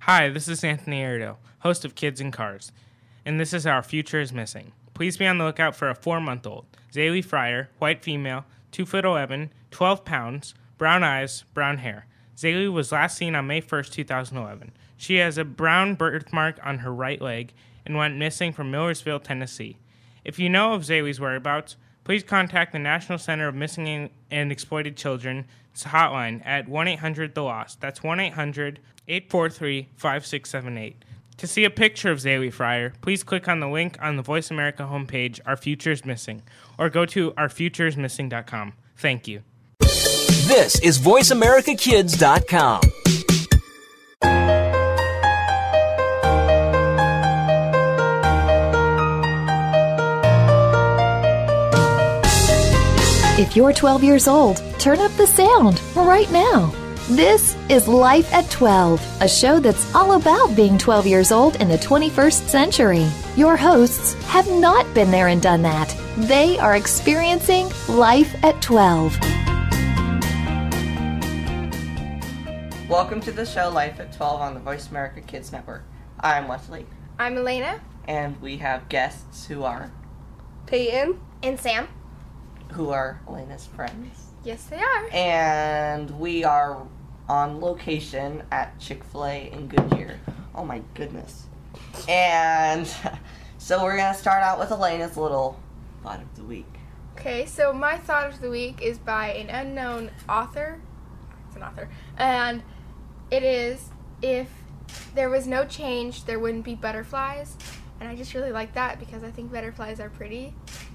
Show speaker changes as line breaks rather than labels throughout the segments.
Hi, this is Anthony Arido, host of Kids in Cars, and this is Our Future is Missing. Please be on the lookout for a four month old, Zaylee Fryer, white female, 2 foot 11, 12 pounds, brown eyes, brown hair. Zaylee was last seen on May 1st, 2011. She has a brown birthmark on her right leg and went missing from Millersville, Tennessee. If you know of Zaylee's whereabouts, please contact the National Center of Missing and Exploited Children's hotline at 1 800 The Lost. That's 1 800 843 5678. To see a picture of Zaylee Fryer, please click on the link on the Voice America homepage, Our Future is Missing, or go to ourfutureismissing.com. Thank you.
This is VoiceAmericaKids.com.
If you're 12 years old, turn up the sound right now. This is Life at 12, a show that's all about being 12 years old in the 21st century. Your hosts have not been there and done that. They are experiencing Life at 12.
Welcome to the show Life at 12 on the Voice America Kids Network. I'm Wesley,
I'm Elena,
and we have guests who are
Peyton, and Sam.
who are Elena's friends.
Yes, they are.
And we are on location at Chick-fil-A in Goodyear. Oh my goodness. And so we're going to start out with Elena's little thought of the week.
Okay, so my thought of the week is by an unknown author. It's an author. And it is if there was no change, there wouldn't be butterflies. And I just really like that because I think butterflies are pretty.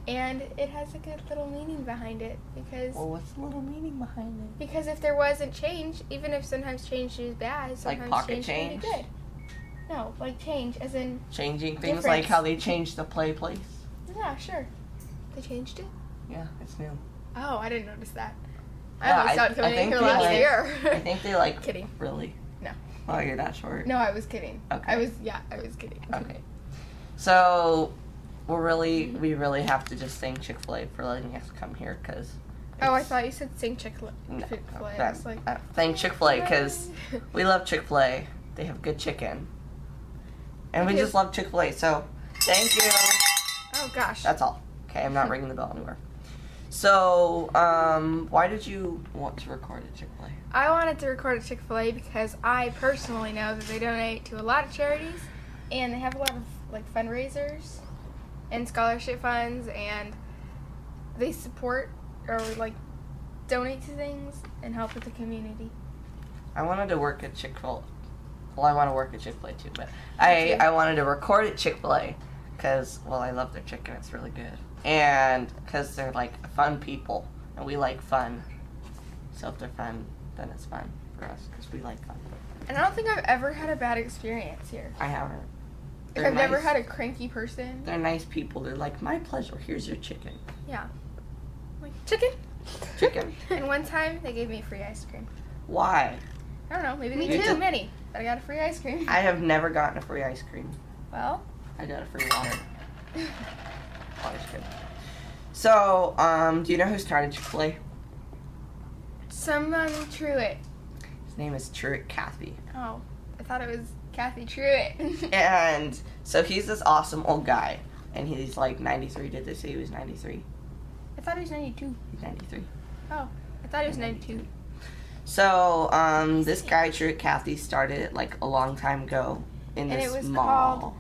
And it has a good little meaning behind it because
Well, what's the little meaning behind it?
because if there wasn't change, even if sometimes change is bad,
Like
sometimes
pocket
change, can be
change?
good. No, like change as in
Changing things
Difference.
like how they changed the play place.
yeah, sure. They changed it.
Yeah, it's new.
Oh, I didn't notice that. I
Yeah,
only
I-
stopped
I
coming in
think
here
they
last
like-
year.
I think they like
kidding.
really.
No.
Oh, you're not sure.
No, I was kidding.
Okay.
I was yeah, I was kidding.
Okay. So we're really we really have to just thank Chick Fil A for letting us come here because.
Oh, I thought you said sing Chick-fil-A.
No,
Chick-fil-A. I
that-
was like,
uh, thank Chick Fil A because we love Chick Fil A. They have good chicken, and we
Okay.
just love Chick Fil A. So thank you.
oh gosh.
That's all. Okay, I'm not ringing the bell anywhere. So, um, why did you want to record at Chick Fil A?
I wanted to record a Chick-fil-A because I personally know that they donate to a lot of charities and they have a lot of like fundraisers and scholarship funds and they support or like donate to things and help with the community.
I wanted to work at Chick Fil. Well, I want to work at Chick Fil A too, but I I wanted to record at Chick Fil A because well, I love their chicken. It's really good, and because they're like fun people, and we like fun. So if they're fun, then it's fun for us because we like fun.
And I don't think I've ever had a bad experience here.
I haven't.
Like
They're
I've never
nice.
had a cranky person.
They're nice people. They're like my pleasure. Here's your chicken.
Yeah. Like chicken.
Chicken.
and one time they gave me free ice cream.
Why?
I don't know, maybe they
Me
gave
too.
too many, but I got a free ice cream.
I have never gotten a free ice cream.
Well,
I got a free water. Water's good. So, um, do you know who started Chick Fil A?
someone threw it.
His name is Truett Cathy.
Oh, I thought it was Kathy Truitt.
And so he's this awesome old guy. And he's like 93. Did they say he was 93?
I thought he was 92.
He's 93.
I thought he was 92.
So um, this guy, Truett Cathy, started it like a long time ago in
And
this
it was
mall.
called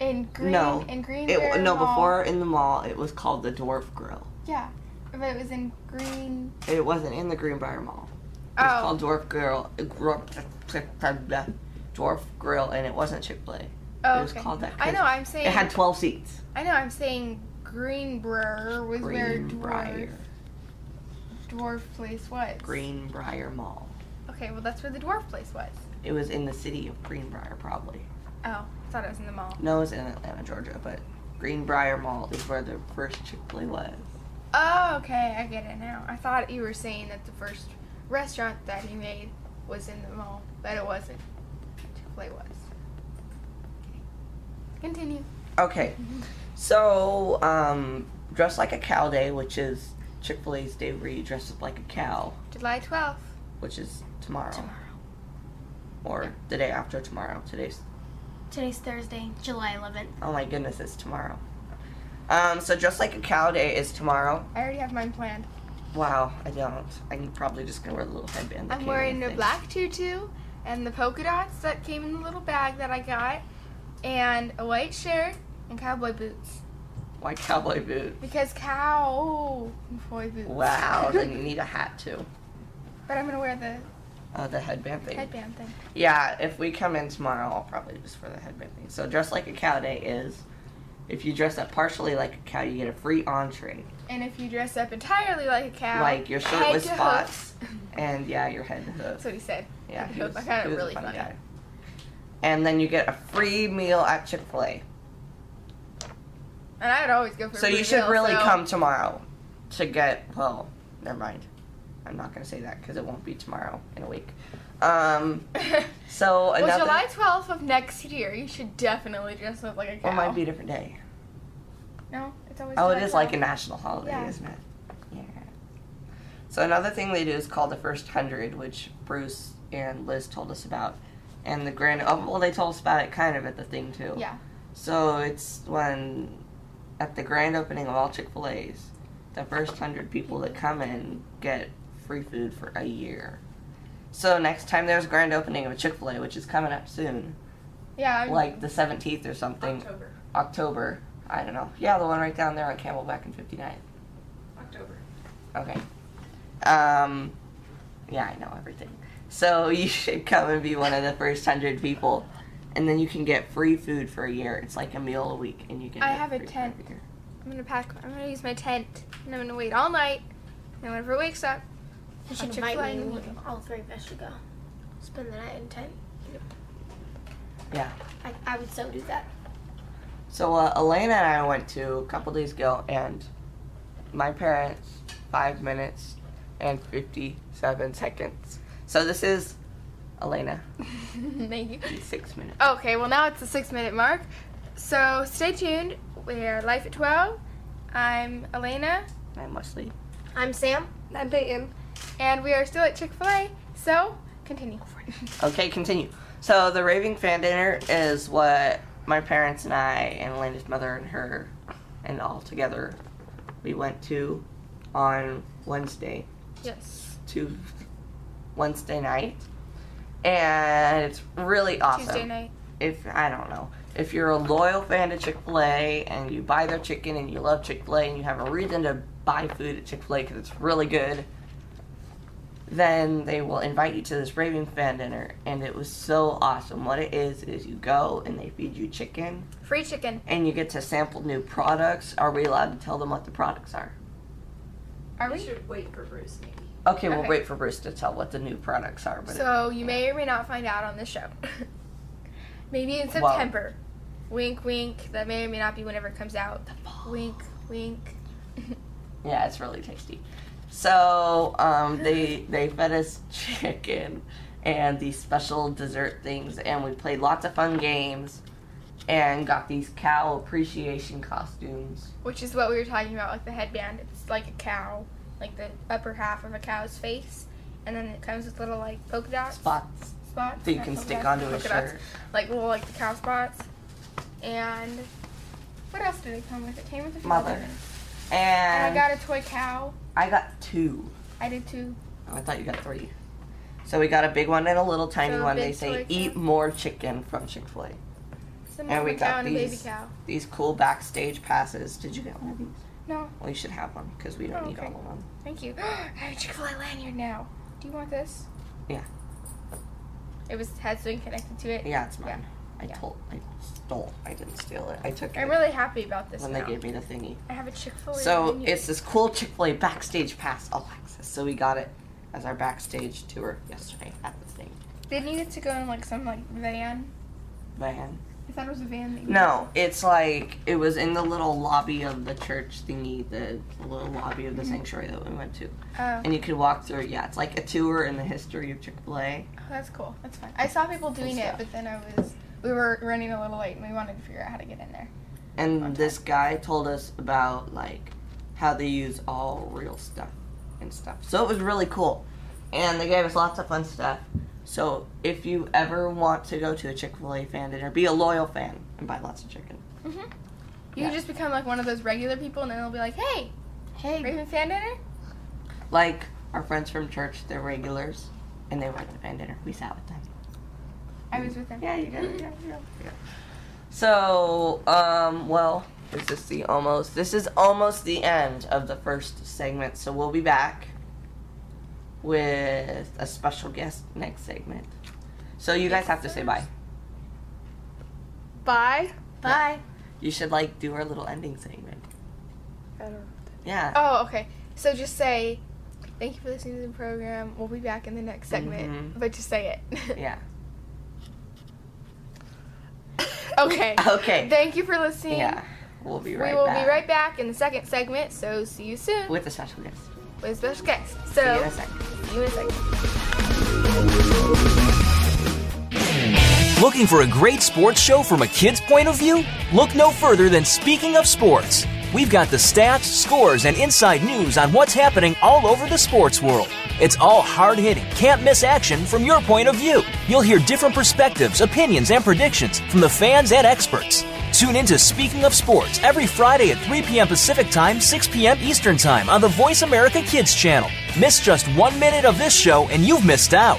And green
No,
and green
It-
Bear
no,
Mall.
before in the mall, it was called the Dwarf Grill.
Yeah. But it was in green
It wasn't in the Greenbrier Mall. It was
Oh.
called Dwarf Grill. Dwarf Grill, and it wasn't Chick Fil A.
Oh,
it was
okay.
called that 'cause
I know, I'm saying
It had 12 seats.
I know I'm saying Greenbrier was where dwarf
Greenbrier,
dwarf place was.
Greenbrier Mall.
Okay, well that's where the dwarf place was.
It was in the city of Greenbrier, probably.
Oh, I thought it was in the mall.
No, it was in Atlanta, Georgia, but Greenbrier Mall is where the first Chick Fil A was.
Oh, okay, I get it now. I thought you were saying that the first restaurant that he made was in the mall, but it wasn't. Chick-fil-A was. Continue.
Okay,
Mm-hmm.
so um, dress like a cow day, which is Chick Fil A's day where you dress up like a cow,
July 12th.
which is tomorrow.
Tomorrow.
or the day after tomorrow. Today's
Today's Thursday, July 11th.
oh my goodness, it's tomorrow. Um, so just like a cow day is tomorrow.
I already have mine planned.
Wow, I don't. I'm probably just gonna wear the little headband. that
I'm
came
wearing
with
a
it.
black tutu and the polka dots that came in the little bag that I got, and a white shirt and cowboy boots
white cowboy boot.
because cow boy boots.
Wow, then you need a hat too.
but I'm gonna wear the
Uh, the headband thing.
headband thing.
Yeah, if we come in tomorrow, I'll probably just wear the headband thing. So dress like a cow day is, if you dress up partially like a cow, you get a free entree,
And if you dress up entirely like a cow,
like your
head
shirt with
to hoof-
spots, and yeah, your head to hoof.
That's what he said.
Yeah,
Head
he
to
was,
hoof. I found
he
it
was
really
a fun
funny.
guy. And then you get a free meal at Chick Fil A.
And I would always go for.
So
a
you
free
should
meal,
really
so-
come tomorrow to get. Well, never mind. I'm not gonna say that because it won't be tomorrow in a week. Um, so
well,
another.
July 12th of next year, you should definitely dress up like a cow.
Or it might be a different day.
No, it's always.
Oh, it
July
is like a
12th.
national holiday,
Yeah.
isn't it? Yeah. So another thing they do is called the first hundred, which Bruce and Liz told us about, and the grand. Oh, well, they told us about it kind of at the thing too.
Yeah.
So it's when, at the grand opening of all Chick Fil A's, the first hundred people that come in get free food for a year. So next time there's a grand opening of a Chick Fil A, which is coming up soon,
Yeah. I'm-
like the 17th or something,
October.
October. I don't know. Yeah, the one right down there on Camelback and 59th.
October.
Okay. Um, yeah, I know everything. So you should come and be one of the first hundred people, and then you can get free food for a year. It's like a meal a week, and you can.
I
get
have a
free food
tent.
every year.
I'm gonna pack. I'm gonna use my tent, and I'm gonna wait all night. And whenever it wakes up,
You should
Chick-fil-A
invite me.
and
We-
Meal.
All three of us should go. Spend the night in tent.
Yeah.
I, I would so do that.
So uh, Elena and I went to a couple days ago, and my parents five minutes and fifty-seven seconds. So this is Elena
thank you.
six minutes.
Okay, well now it's the six minute mark. So stay tuned. We're Life at 12. I'm Elena,
I'm Wesley.
I'm Sam.
I'm Peyton, and we are still at Chick Fil A. So continue.
Okay, continue. So the raving fan dinner is what my parents and I and Elena's mother and her and all together we went to on Wednesday
yes.
to Wednesday night, and it's really awesome.
Tuesday night.
If I don't know if you're a loyal fan of Chick Fil A and you buy their chicken and you love Chick Fil A and you have a reason to buy food at Chick Fil A because it's really good, then they will invite you to this raving fan dinner, and it was so awesome. What it is is you go and they feed you chicken
Free chicken.
and you get to sample new products. Are we allowed to tell them what the products are?
Are
We
we?
should wait for Bruce, maybe.
Okay, we'll
Okay.
wait for Bruce to tell what the new products are. But it-
So you may or may not find out on this show. Maybe in
Wow.
September. Wink, wink. That may or may not be whenever it comes out. Wink, wink.
Yeah, it's really tasty. So um, they they fed us chicken and these special dessert things, and we played lots of fun games, and got these cow appreciation costumes.
Which is what we were talking about, like the headband. It's like a cow, like the upper half of a cow's face, and then it comes with little like polka dots,
Spots
spots
that you
not
can
polka
stick
dots,
onto a
polka dots,
shirt.
like little like the cow spots. And what else did it come with? It came with a few
Mother.
things. And I
And
got a toy cow.
I got two.
I did too.
Oh, I thought you got three. So we got a big one and a little tiny
So a
one. They
big
say
toy
eat
cow.
more chicken from Chick Fil A.
Some
And we
mama cow
got
and a baby
these
cow.
these cool backstage passes. Did you get one of these?
No,
We should have one because we don't
Oh,
need
okay.
all of them.
thank you. I have a Chick Fil A lanyard now. Do you want this?
Yeah.
It was had something connected to it.
Yeah, it's mine. I
Yeah.
told, I stole, I didn't steal it. I took it
I'm really happy about this
when
now.
they gave me the thingy.
I have a Chick Fil A.
So it's this cool Chick Fil A backstage pass, all access. So we got it as our backstage tour yesterday at the thing
Didn't you get to go in like some like van?
van.
I thought it was a van. That you
No, it's like it was in the little lobby of the church thingy, the little lobby of the
Mm-hmm.
sanctuary that we went to,
Oh,
and you could walk through. Yeah, it's like a tour in the history of Chick Fil A.
that's cool. That's fun. I saw people doing it,
stuff.
but then I was we were running a little late, and we wanted to figure out how to get in there.
And this guy told us about like how they use all real stuff and stuff. So it was really cool. And they gave us lots of fun stuff. So if you ever want to go to a Chick Fil A fan dinner, be a loyal fan and buy lots of chicken.
You
Yeah.
could just become like one of those regular people, and then they'll be like, "Hey,
Hey,
Raven fan dinner."
Like our friends from church, they're regulars, and they went to fan dinner. We sat with them.
I was with them.
Yeah, you got it. Yeah, yeah, yeah. So, um, well, is this the almost? This is almost the end of the first segment. So we'll be back with a special guest next segment. So you guys have to say bye.
Bye.
bye.
You should like do our little ending segment. Yeah.
Oh, okay. So just say, "Thank you for listening to the program. We'll be back in the next segment."
Mm-hmm.
But just say it.
Yeah.
okay.
Okay.
Thank you for listening.
Yeah. We'll be right
we will
back.
be right back in the second segment. So see you soon with,
with a special guest.
a special guest.
See you in a
So
second.
see you in a second.
Looking for a great sports show from a kid's point of view? Look no further than Speaking of Sports. We've got the stats, scores, and inside news on what's happening all over the sports world. It's all hard hitting, can't miss action from your point of view. You'll hear different perspectives, opinions, and predictions from the fans and experts. Tune into Speaking of Sports every Friday at 3 p.m. Pacific Time, 6 p.m. Eastern Time on the Voice America Kids channel. Miss just one minute of this show and you've missed out.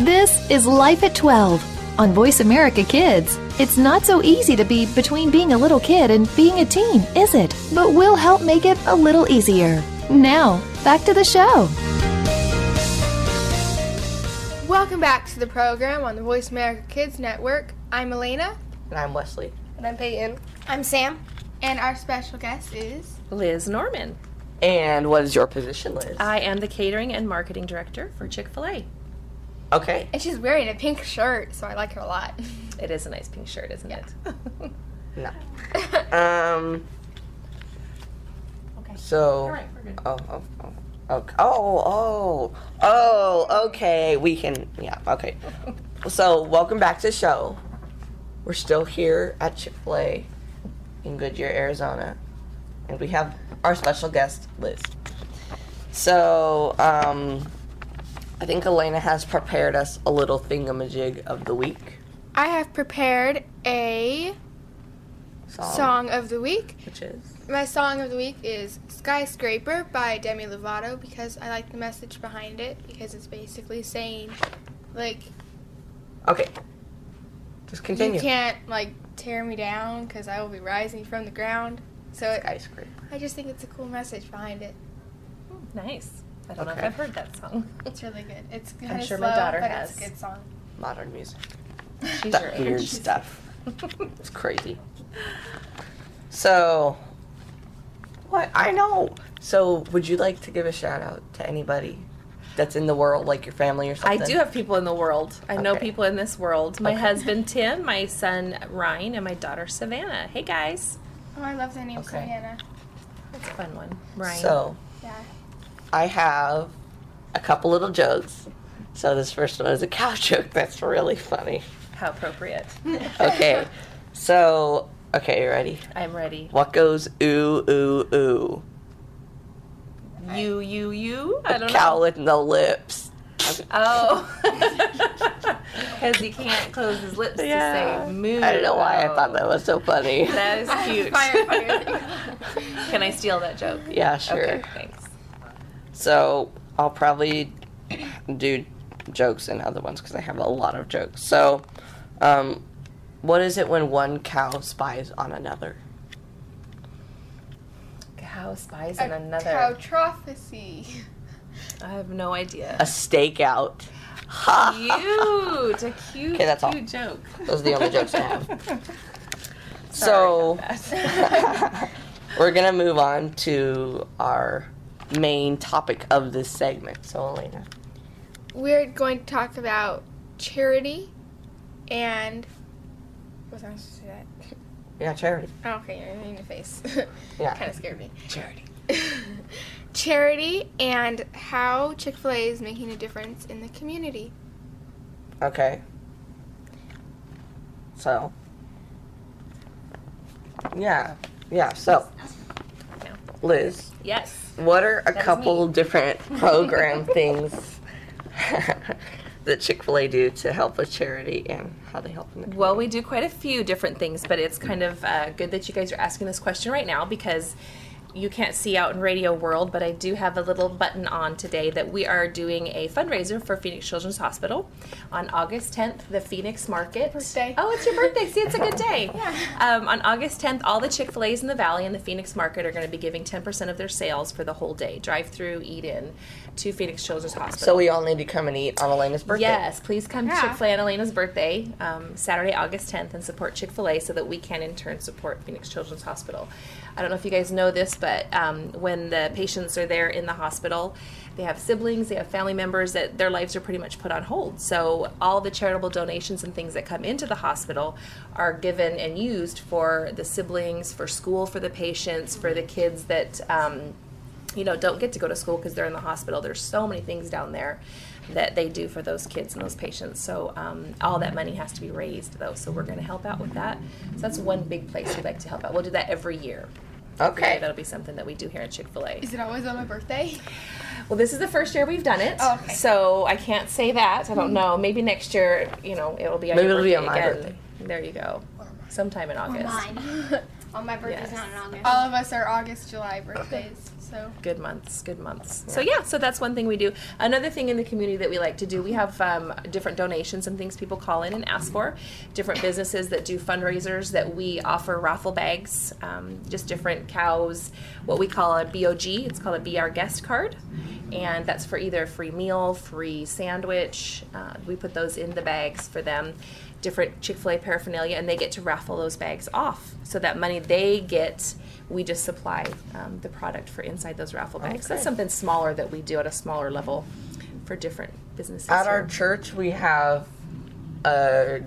This is Life at 12 on Voice America Kids. It's not so easy to be between being a little kid and being a teen, is it? But we'll help make it a little easier. Now, back to the show.
Welcome back to the program on the Voice America Kids Network. I'm Elena,
And I'm Wesley.
And I'm Peyton. I'm Sam.
and our special guest is.
Liz Norman.
And what is your position, Liz?
I am the catering and marketing director for Chick fil A.
okay.
And she's wearing a pink shirt, so I like her a lot.
It is a nice pink shirt, isn't it?
No. um.
Okay.
So.
right, we're good.
Oh, oh, oh. Okay. Oh, oh, oh, okay. We can, yeah, okay. So, welcome back to the show. We're still here at Chick fil A in Goodyear, Arizona. And we have our special guest, Liz. So, um, I think Elena has prepared us a little thingamajig of the week
I have prepared a
song,
song of the week.
which is.
My song of the week is Skyscraper by Demi Lovato because I like the message behind it because it's basically saying, like,
Okay. Just continue.
you can't, like, tear me down because I will be rising from the ground. So it,
Ice cream.
I just think it's a cool message behind it.
Hmm, nice. I don't know if
Okay.
I've heard that song.
It's really good. It's kind of
sure
slow,
my daughter
but
has.
it's a good song.
Modern music.
She's
That
your
weird
age.
stuff. It's crazy. So, what? I know. So, would you like to give a shout out to anybody that's in the world, like your family or
I
something?
do have people in the world. I know
Okay.
people in this world. My husband Tim, my son Ryan, and my daughter Savannah. Hey guys,
Oh, I love the name
Okay.
Savannah.
that's a fun one. Ryan,
So,
Yeah.
I have a couple little jokes. So, this first one is a cow joke that's really funny.
how appropriate.
Okay. so, okay, you ready?
I'm ready.
What goes ooh, ooh, ooh?
You, you, you. I don't
Cow
know.
with no lips.
Oh, because he can't close his lips to say moo.
I don't know why I thought that was so funny.
That is cute.
Fire, fire.
Can I steal that joke?
Yeah, sure.
Okay, thanks.
So I'll probably do jokes and other ones because I have a lot of jokes. So, um, what is it when one cow spies on another?
Cow spies on
A
another.
cow trophy.
I have no idea.
A stakeout.
Cute, a cute,
Okay, that's all.
cute joke.
Those are the only jokes I have. so we're gonna move on to our main topic of this segment. So, Elena.
We're going to talk about charity and. Was I supposed to say that?
Yeah, charity.
Oh, okay, you're in the face.
Yeah.
kind of scared me.
Charity.
Charity and how Chick fil A is making a difference in the community.
Okay. So. Yeah. Yeah. So. Liz,
Yes.
what are a
That's
couple different program things that Chick fil A do to help with charity and how they help in the
Well, we do quite a few different things, but it's kind of uh, good that you guys are asking this question right now because you can't see out in radio world, but I do have a little button on today that we are doing a fundraiser for Phoenix Children's Hospital on August 10th, the Phoenix Market.
birthday.
Oh, it's your birthday. See, it's a good day. Um, on August 10th, all the Chick fil A's in the Valley and the Phoenix Market are going to be giving 10% of their sales for the whole day drive through, eat in to Phoenix Children's Hospital.
So we all need to come and eat on Elena's birthday.
Yes, please come to Chick fil A on Elena's birthday, um, Saturday, August 10th, and support Chick fil A so that we can in turn support Phoenix Children's Hospital. I don't know if you guys know this, but um, when the patients are there in the hospital, they have siblings, they have family members that their lives are pretty much put on hold. So all the charitable donations and things that come into the hospital are given and used for the siblings, for school for the patients, for the kids that. Um, you know don't get to go to school because they're in the hospital there's so many things down there that they do for those kids and those patients so um, all that money has to be raised though so we're going to help out with that so that's one big place we'd like to help out we'll do that every year
Okay.
that'll be something that we do here at chick-fil-a
Is it always on my birthday?
well this is the first year we've done it
Oh, Okay. Hmm.
so i can't say that i don't know maybe next year you know it'll be on
Maybe
your
it'll be
birthday
on my
again.
birthday.
there you go sometime in august
Well, my birthday's
Yes.
not in August.
All of us are August, July birthdays, so.
good months good months so yeah so that's one thing we do another thing in the community that we like to do we have um, different donations and things people call in and ask for different businesses that do fundraisers that we offer raffle bags um, just different cows what we call a bog it's called a be our guest card and that's for either a free meal free sandwich uh, we put those in the bags for them different chick-fil-a paraphernalia and they get to raffle those bags off so that money they get we just supply um, the product for inside those raffle bags. That's something smaller that we do at a smaller level for different businesses.
At our
here.
church, we have a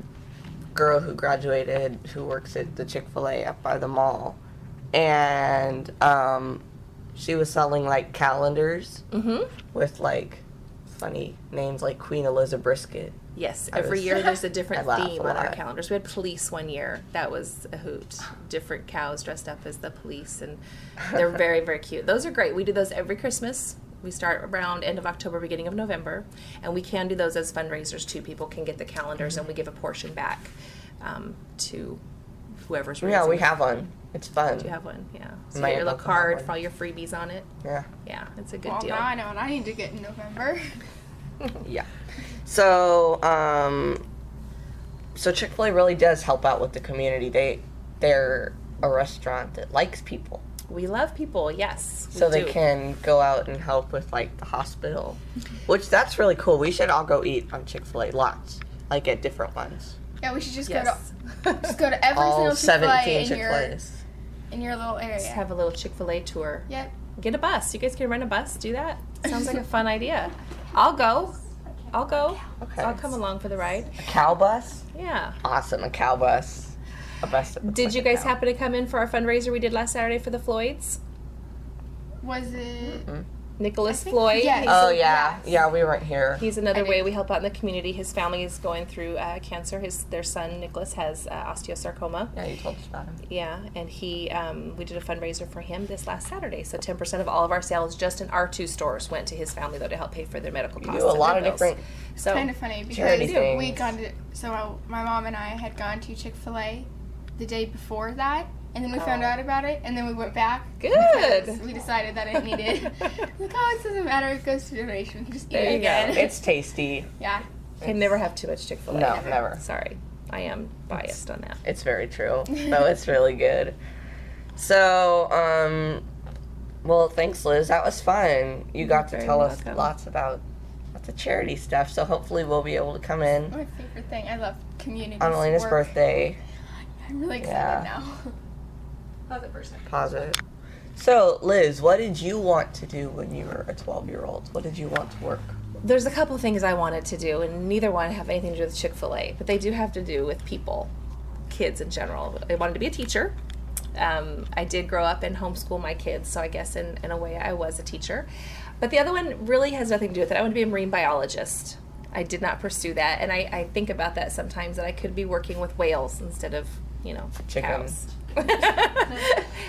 girl who graduated who works at the Chick fil A up by the mall. And um, she was selling like calendars
Mm-hmm.
with like funny names like Queen Elizabeth Brisket.
yes, every
was-
year there's a
I
different
laugh
theme
a
on our
lot.
calendars. We had police one year. That was a hoot. Different cows dressed up as the police, and they're very, very cute. Those are great. We do those every Christmas. We start around end of October, beginning of November, and we can do those as fundraisers too. People can get the calendars, and we give a portion back um, to whoever's.
Yeah,
raising
we
the
have one. It's fun.
Do you have one? Yeah. So you
My
get your little
uncle had
card
one.
for all your freebies on it.
Yeah.
Yeah, it's a good
Well,
deal.
now I know what I need to get in November.
Yeah. So, um, so Chick Fil A really does help out with the community. They, they're a restaurant that likes people,
We love people, yes. we
so they
do.
can go out and help with like the hospital,
Mm-hmm.
which that's really cool. We should all go eat on Chick Fil A lots, like at different ones.
Yeah, we should just go
Yes.
to just go to every
all
single Chick-fil-A
seventeen
in
Chick Fil
your
A's.
in your little area.
Just have a little Chick fil A tour.
Yep.
Get a bus. You guys can rent a bus, do that. Sounds like a fun idea. I'll go. I'll go.
Okay.
I'll come along for the ride.
A cow bus.
Yeah.
Awesome, a cow bus. A bus. that looks
Did
like
you
a
guys
cow.
happen to come in for our fundraiser we did last Saturday for the Floyds?
Was it?
Nicholas Floyd.
yes.
he's-
Oh yeah, Mm-hmm. yeah. We weren't here.
He's another way we help out in the community. His family is going through uh, cancer. His their son Nicholas has uh, osteosarcoma.
Yeah, you told us about him.
Yeah, and he, um, we did a fundraiser for him this last Saturday. So ten percent of all of our sales, just in our two stores, went to his family though to help pay for their medical
You
costs.
do a
and
lot
their bills.
of different.
So
kind of funny
Charity
because
things.
we got to, so I, my mom and I had gone to Chick Fil A the day before that, and then we found out about it, and then we went back.
Oh. Good.
because We decided that it needed. like, oh, it doesn't matter. It goes to donation. We can Just eat
There
it
you go.
again.
It's tasty.
yeah.
can never have too much Chick Fil A.
No, never.
Sorry, I am biased on that.
It's very true. No, it's really good. So, um, well, thanks, Liz. That was fun. You got to
very
tell us
welcome.
lots about lots of charity stuff. So hopefully we'll be able to come in
Oh,
My favorite thing. I love community.
on Elena's
work.
birthday.
I'm really excited
Yeah.
now.
Pause it. So, Liz, what did you want to do when you were a 12 year old? What did you want to work?
There's a couple things I wanted to do, and neither one have anything to do with Chick fil A, but they do have to do with people, kids in general. I wanted to be a teacher. Um, I did grow up and homeschool my kids, so I guess in, in a way I was a teacher. But the other one really has nothing to do with it. I want to be a marine biologist. I did not pursue that, and I, I think about that sometimes that I could be working with whales instead of, you know, cows.
Chickens.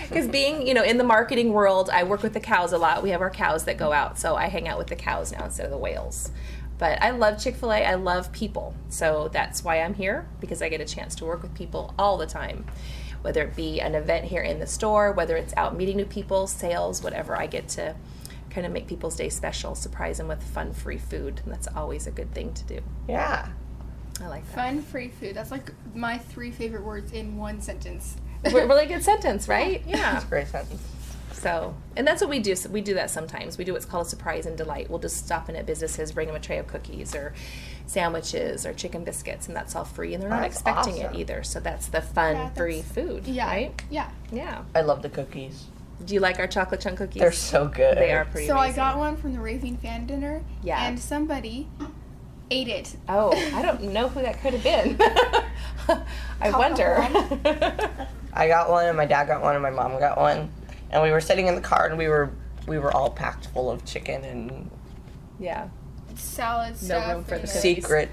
Because being, you know, in the marketing world, I work with the cows a lot. We have our cows that go out, so I hang out with the cows now instead of the whales. But I love Chick fil A. I love people. So that's why I'm here, because I get a chance to work with people all the time. Whether it be an event here in the store, whether it's out meeting new people, sales, whatever, I get to kind of make people's day special, surprise them with fun, free food. And that's always a good thing to do.
Yeah.
I like that.
Fun, free food. That's like my three favorite words in one sentence.
Re- really good sentence, right? Yeah.
That's a great sentence.
So, and that's what we do. So we do that sometimes. We do what's called a surprise and delight. We'll just stop in at businesses, bring them a tray of cookies or sandwiches or chicken biscuits, and that's all free. And they're not
That's
expecting
awesome.
it either. So that's the fun,
that's-
free food,
Yeah.
right?
Yeah.
Yeah.
I love the cookies.
Do you like our chocolate chunk cookies?
They're so good.
They are pretty
so I
amazing.
got one from the Raving Fan Dinner.
Yeah.
And somebody ate it.
Oh, I don't know who that could have been. I wonder.
I got one, and my dad got one, and my mom got one, and we were sitting in the car, and we were we were all packed full of chicken and
yeah.
Salad stuff.
room for
and,
the
uh,
cookies.
secret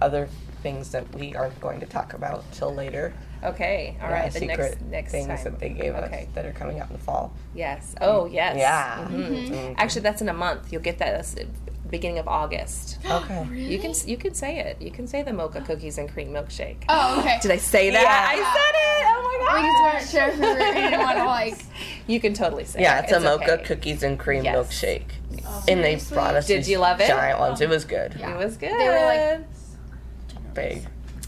other things that we aren't going to talk about till later.
Okay. All
Yeah,
right. The
secret
next next
things
time.
that they gave
Okay.
us that are coming out in the fall.
Yes. Oh, yes.
Yeah. Mm-hmm.
Mhm.
Mm-hmm.
Actually, that's in a month. You'll get that that's the beginning of August.
Oh,
Okay.
You can you can say it. You can say the mocha cookies and cream milkshake.
Oh, okay.
Did I say that?
Yeah.
I said it. Oh my
We
god.
just weren't sure if we were going to want to like.
You can totally say
Yeah,
it.
it's, a mocha
okay.
cookies and cream
Yes.
milkshake,
Oh,
Oh,
and they brought us.
Did
these
you love it?
Giant ones. It was good.
It was good.
They were like-
Big.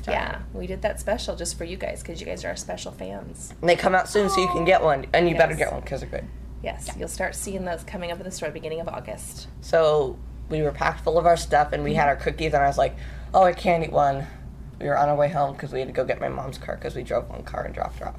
Yeah, we did that special just for you guys because you guys are our special fans.
And they come out soon, so you can get one, and you better
Yes.
get one because they're good.
Yes, you'll start seeing those coming up in the store beginning of August.
So we were packed full of our stuff, and we had our cookies, and I was like, "Oh, I can't eat one." We were on our way home because we had to go get my mom's car because we drove one car and dropped her off.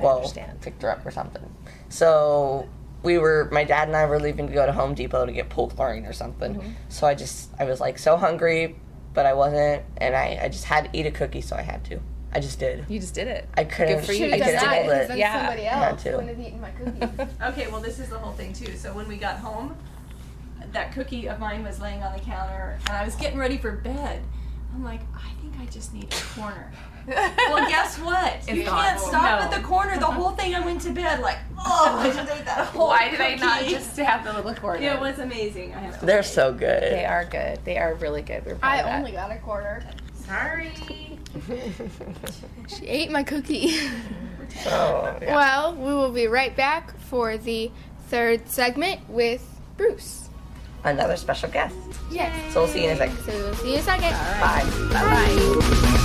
well,
understand.
picked her up or something. So we were, my dad and I were leaving to go to Home Depot to get pool chlorine or something.
Mm-hmm.
So I just, I was like so hungry, but I wasn't, and I, I just had to eat a cookie, so I had to. I just did.
You just did it.
I couldn't.
for you.
Should
I
have done
couldn't
that
hold
because
it.
then
Yeah.
somebody
Had
else
to.
wouldn't have eaten my cookies.
Okay, well, this is the whole thing, too. So when we got home, that cookie of mine was laying on the counter, and I was getting ready for bed. I'm like, I think I just need a corner. well, guess what? you can't stop at the corner. The whole thing, I went to bed like, oh, I just ate that whole Why did I not just
have the little corner.
It was amazing. I have to
They're so good.
They are good. They are really good. We're proud
I
of that.
only got a quarter.
Sorry.
She ate my cookie.
Oh, yeah.
Well, we will be right back for the third segment with Bruce.
Another special guest.
Yes.
So we'll see you in a second.
So we'll see you in a second.
Bye.
Bye.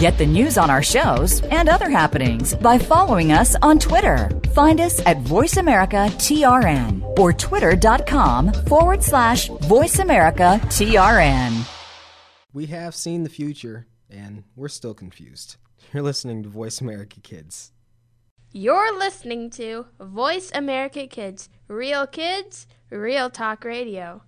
Get the news on our shows and other happenings by following us on Twitter. Find us at VoiceAmericaTRN or twitter.com forward slash VoiceAmericaTRN.
We have seen the future, and we're still confused. You're listening to Voice America Kids.
You're listening to Voice America Kids, real kids, real talk radio.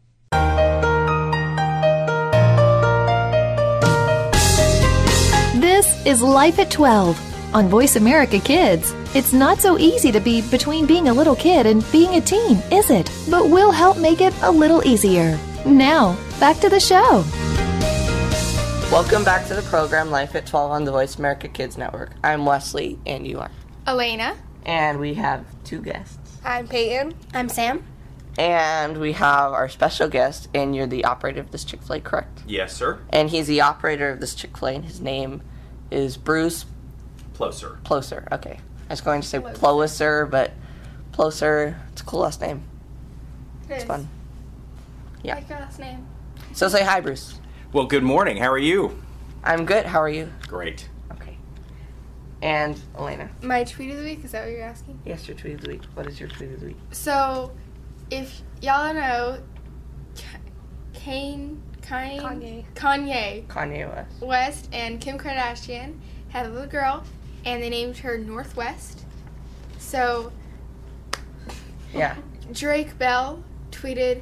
This is Life at 12 on Voice America Kids. It's not so easy to be between being a little kid and being a teen, is it? But we'll help make it a little easier. Now, back to the show.
Welcome back to the program Life at 12 on the Voice America Kids Network. I'm Wesley, and you are.
Elena.
And we have two guests.
I'm Peyton. I'm Sam.
And we have our special guest, and you're the operator of this Chick fil A, correct?
Yes, sir.
And he's the operator of this Chick fil A, and his name is Bruce
Closer.
Ploser. Okay. I was going to say Ploesser, but Ploser. It's a cool last name.
It's
fun. Yeah.
Like your last name.
So say hi, Bruce.
Well, good morning. How are you?
I'm good. How are you?
Great.
And Elena.
My tweet of the week, is that what you're asking?
Yes, your tweet of the week. What is your tweet of the week?
So, if y'all know K- Kane, Kane, Kanye, Kanye
Kanye West.
West and Kim Kardashian had a little girl, and they named her Northwest. So,
Yeah.
Drake Bell tweeted,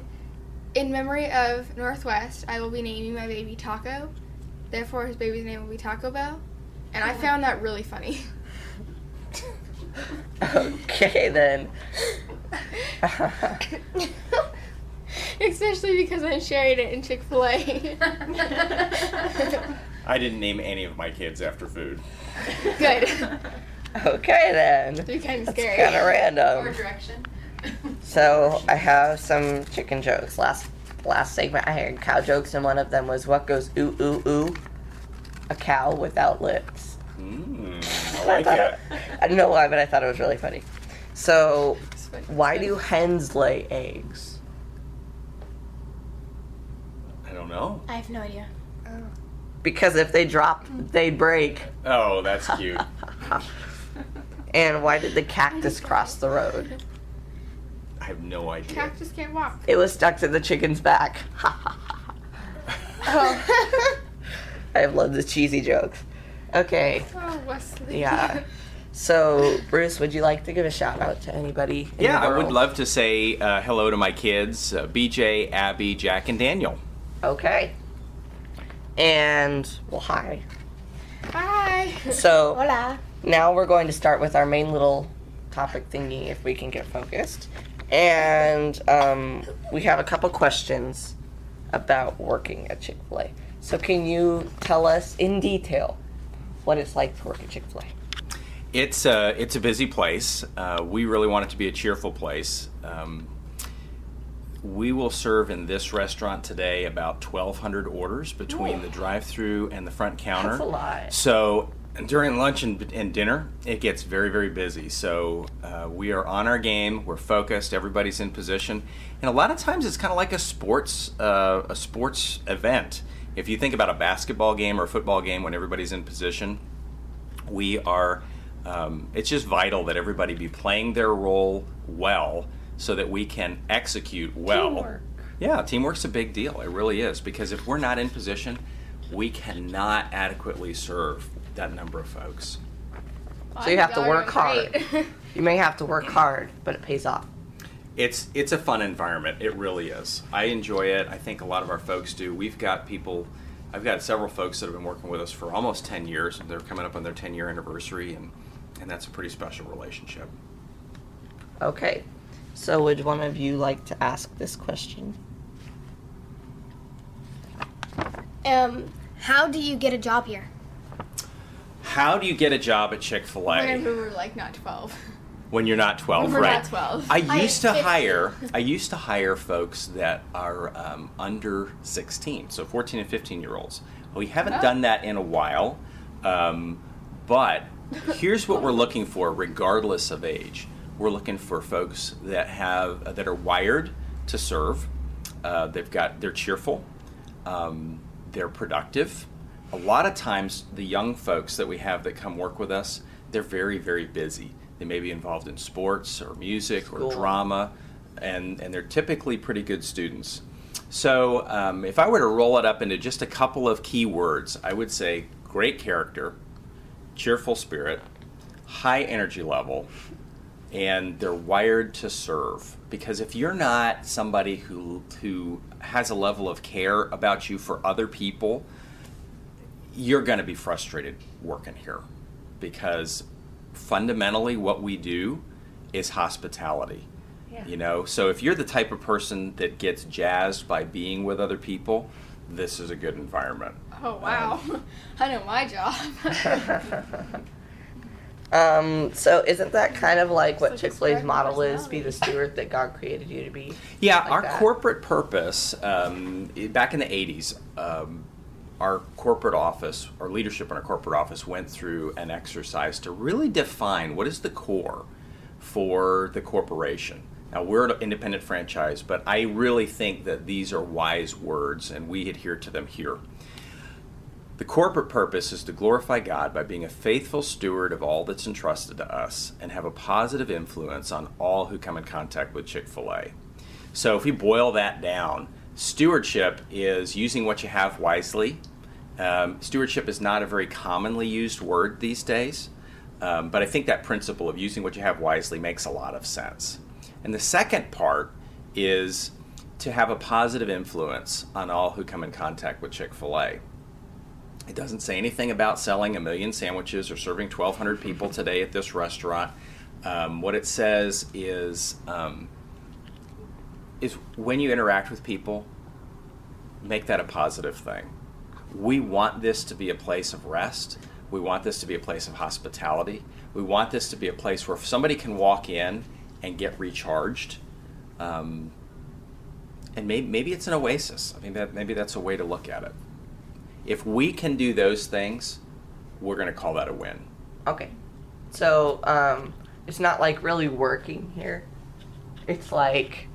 "In memory of Northwest, I will be naming my baby Taco. Therefore, his baby's name will be Taco Bell." And I found that really funny.
Okay then.
Especially because I'm sharing it in Chick fil A.
I didn't name any of my kids after food.
Good.
okay then.
You're kind of
That's
scary.
kinda random.
Or direction.
So I have some chicken jokes. Last last segment, I had cow jokes, and one of them was what goes ooh ooh ooh, a cow without lips.
Mm, I
I
like
thought
that.
I don't know why, but I thought it was really funny. So, why do hens lay eggs?
I don't know.
I have no idea.
Because if they drop, they break.
Oh, that's cute.
and why did the cactus cross the road?
I have no idea.
Cactus can't walk.
It was stuck to the chicken's back.
Oh,
I love the cheesy jokes. Okay.
oh Wesley.
Yeah. So, Bruce, would you like to give a shout out to anybody? in
Yeah, I
the
would
world?
love to say uh, hello to my kids, uh, BJ, Abby, Jack, and Daniel.
Okay. And, well, hi.
Hi.
So-
Hola.
Now we're going to start with our main little topic thingy if we can get focused. And um, we have a couple questions about working at Chick fil A. So, can you tell us in detail what it's like to work at Chick fil A?
It's a it's a busy place. Uh, we really want it to be a cheerful place. Um, we will serve in this restaurant today about 1,200 orders between the drive-through and the front counter.
That's a lot.
So during lunch and, and dinner, it gets very very busy. So uh, we are on our game. We're focused. Everybody's in position, and a lot of times it's kind of like a sports uh, a sports event. If you think about a basketball game or a football game, when everybody's in position, we are um, it's just vital that everybody be playing their role well so that we can execute well
Teamwork.
yeah teamwork's a big deal it really is because if we're not in position we cannot adequately serve that number of folks
So, you have to work hard. you may have to work hard, but it pays off.
it's it's a fun environment it really is i enjoy it i think a lot of our folks do we've got people i've got several folks that have been working with us for almost 10 years and they're coming up on their 10 year anniversary and and that's a pretty special relationship
Okay. So, would one of you like to ask this question?
Um, how do you get a job here?
how do you get a job at chick-fil-a
Whenever we were like not 12.
when you're not 12
When we're
right
not 12.
i
I-
used to
fifteen.
hire i used to hire folks that are um, under 16 so 14 and 15 year olds we haven't
Oh.
done that in a while um, but here's what we're looking for regardless of age we're looking for folks that have that are wired to serve uh, they've got they're cheerful um, they're productive a lot of times the young folks that we have that come work with us they're very very busy they may be involved in sports or music
School.
or drama and and they're typically pretty good students so um, if i were to roll it up into just a couple of key words i would say great character cheerful spirit high energy level and they're wired to serve because if you're not somebody who who has a level of care about you for other people you're going to be frustrated working here because fundamentally what we do is hospitality
Yeah.
you know so if you're the type of person that gets jazzed by being with other people this is a good environment
Oh, wow. I know my job.
Um, so isn't that kind of like what Chick Fil A's model is? Be the steward that God created you to be.
Yeah,
Like
our
that.
corporate purpose um, i- back in the 80s, um, our corporate office, our leadership in our corporate office went through an exercise to really define what is the core for the corporation. Now, we're an independent franchise, but I really think that these are wise words and we adhere to them here. The corporate purpose is to glorify God by being a faithful steward of all that's entrusted to us and have a positive influence on all who come in contact with Chick fil A. So, if we boil that down, stewardship is using what you have wisely. Um, stewardship is not a very commonly used word these days, um, but I think that principle of using what you have wisely makes a lot of sense. And the second part is to have a positive influence on all who come in contact with Chick fil A. It doesn't say anything about selling a million sandwiches or serving 1,200 people today at this restaurant. Um, what it says is um, is when you interact with people, make that a positive thing. We want this to be a place of rest. We want this to be a place of hospitality. We want this to be a place where if somebody can walk in and get recharged. Um, and maybe, maybe it's an oasis. I mean, that, maybe that's a way to look at it. If we can do those things, we're going to call that a win.
Okay. So, um, it's not like really working here. It's like,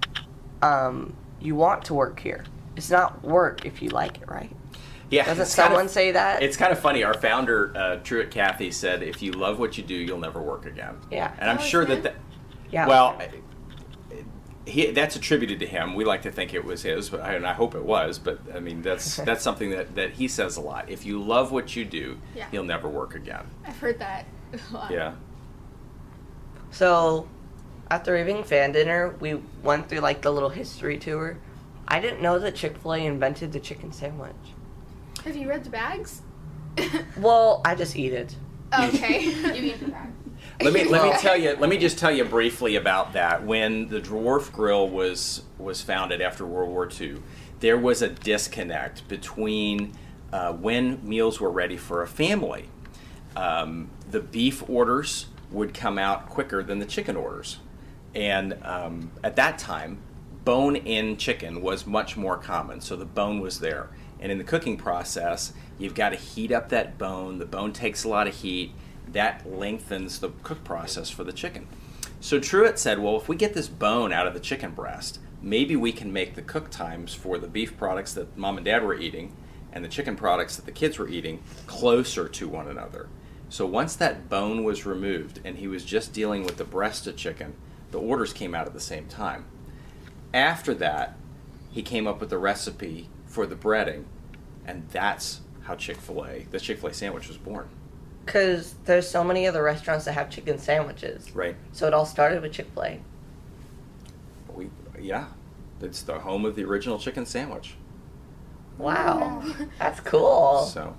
um, you want to work here. It's not work if you like it, right?
Yeah,
Doesn't
it's kind
someone
of-
say that?
It's kind of funny. Our founder, uh, Truett Cathy, said, "If you love what you do, you'll never work again."
Yeah.
and I'm
Oh, is
sure that, that
Yeah.
Well, he, that's attributed to him. We like to think it was his, but I, and I hope it was. But I mean, that's that's something that, that he says a lot. If you love what you do,
Yeah. Uh,
you'll never work again.
I've heard that a lot.
Yeah.
So, at the Raving Fan Dinner, we went through like the little history tour. I didn't know that Chick Fil A invented the chicken sandwich.
Have you read the bags?
Well, I just eat it.
Okay. you eat the bag.
Let me let me tell you. Let me just tell you briefly about that. When the Dwarf Grill was was founded after World War II, there was a disconnect between uh, when meals were ready for a family. Um, the beef orders would come out quicker than the chicken orders, and um, at that time, bone-in chicken was much more common. So the bone was there, and in the cooking process, you've got to heat up that bone. The bone takes a lot of heat that lengthens the cook process for the chicken. So Truett said, well, if we get this bone out of the chicken breast, maybe we can make the cook times for the beef products that mom and dad were eating and the chicken products that the kids were eating closer to one another. So once that bone was removed and he was just dealing with the breast of chicken, the orders came out at the same time. After that, he came up with the recipe for the breading, and that's how Chick-fil-A, the Chick-fil-A sandwich was born.
Because there's so many other restaurants that have chicken sandwiches.
Right.
So it all started with Chick Fil A.
We, yeah, it's the home of the original chicken sandwich.
Wow. That's cool.
So,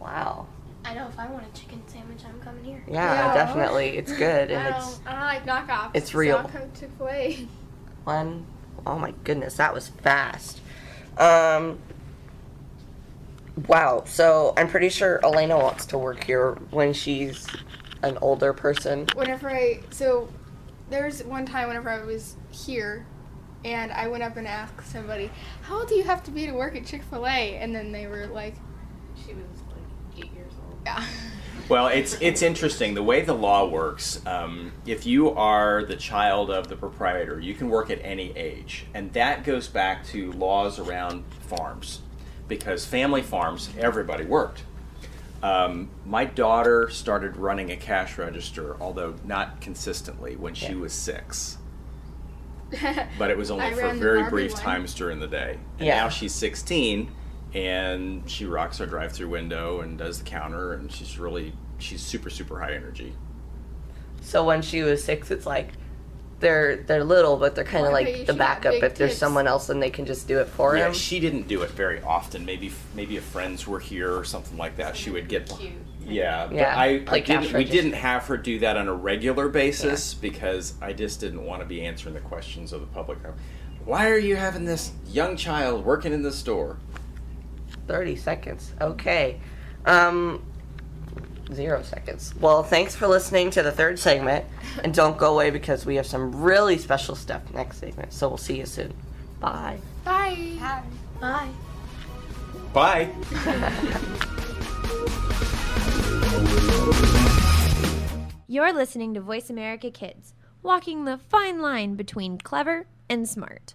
Wow.
I know if I want a chicken sandwich, I'm coming here.
Yeah, definitely. It's good and
I don't,
it's
I don't like knockoffs.
it's real.
So I'll come to play.
one. Oh my goodness, that was fast. Um. Wow. So I'm pretty sure Elena wants to work here when she's an older person.
Whenever I so there's one time whenever I was here and I went up and asked somebody, How old do you have to be to work at Chick fil A? And then they were like She was like eight years old. Yeah.
well, it's it's interesting the way the law works. Um, if you are the child of the proprietor, you can work at any age, and that goes back to laws around farms, because family farms everybody worked. Um, my daughter started running a cash register, although not consistently, when she was six. but it was only
I
for
ran the
very
Barbie
brief
one.
times during the day. And
Yeah.
now she's 16 and she rocks our drive through window and does the counter and she's really she's super super high energy.
So when she was six, it's like they're they're little, but they're kind of
Well, I bet
like
you
the
she got
backup. If
big
there's
tits.
someone else, then they can just do it for
yeah,
him.
she didn't do it very often. Maybe maybe if friends were here or something like that, she would get Yeah, but
Yeah,
I, I
play cash
didn't, we
register.
didn't have her do that on a regular basis because I just didn't want to be answering the questions of the public. Why are you having this young child working in the store?
30 seconds. Okay. Um, zero seconds. Well, thanks for listening to the third segment. And don't go away because we have some really special stuff next segment. So we'll see you soon. Bye.
Bye. Bye.
Bye.
Bye.
You're listening to Voice America Kids, walking the fine line between clever and smart.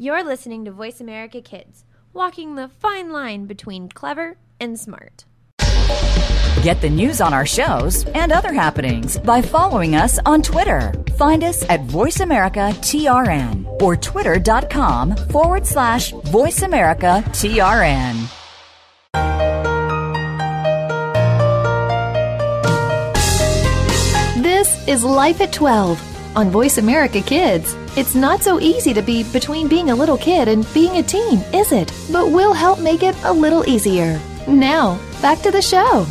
You're listening to Voice America Kids, walking the fine line between clever and smart.
Get the news on our shows and other happenings by following us on Twitter. Find us at VoiceAmericaTRN or twitter.com forward slash VoiceAmericaTRN.
This is Life at 12 on Voice America Kids. It's not so easy to be between being a little kid and being a teen, is it? But we'll help make it a little easier. Now, back to the show.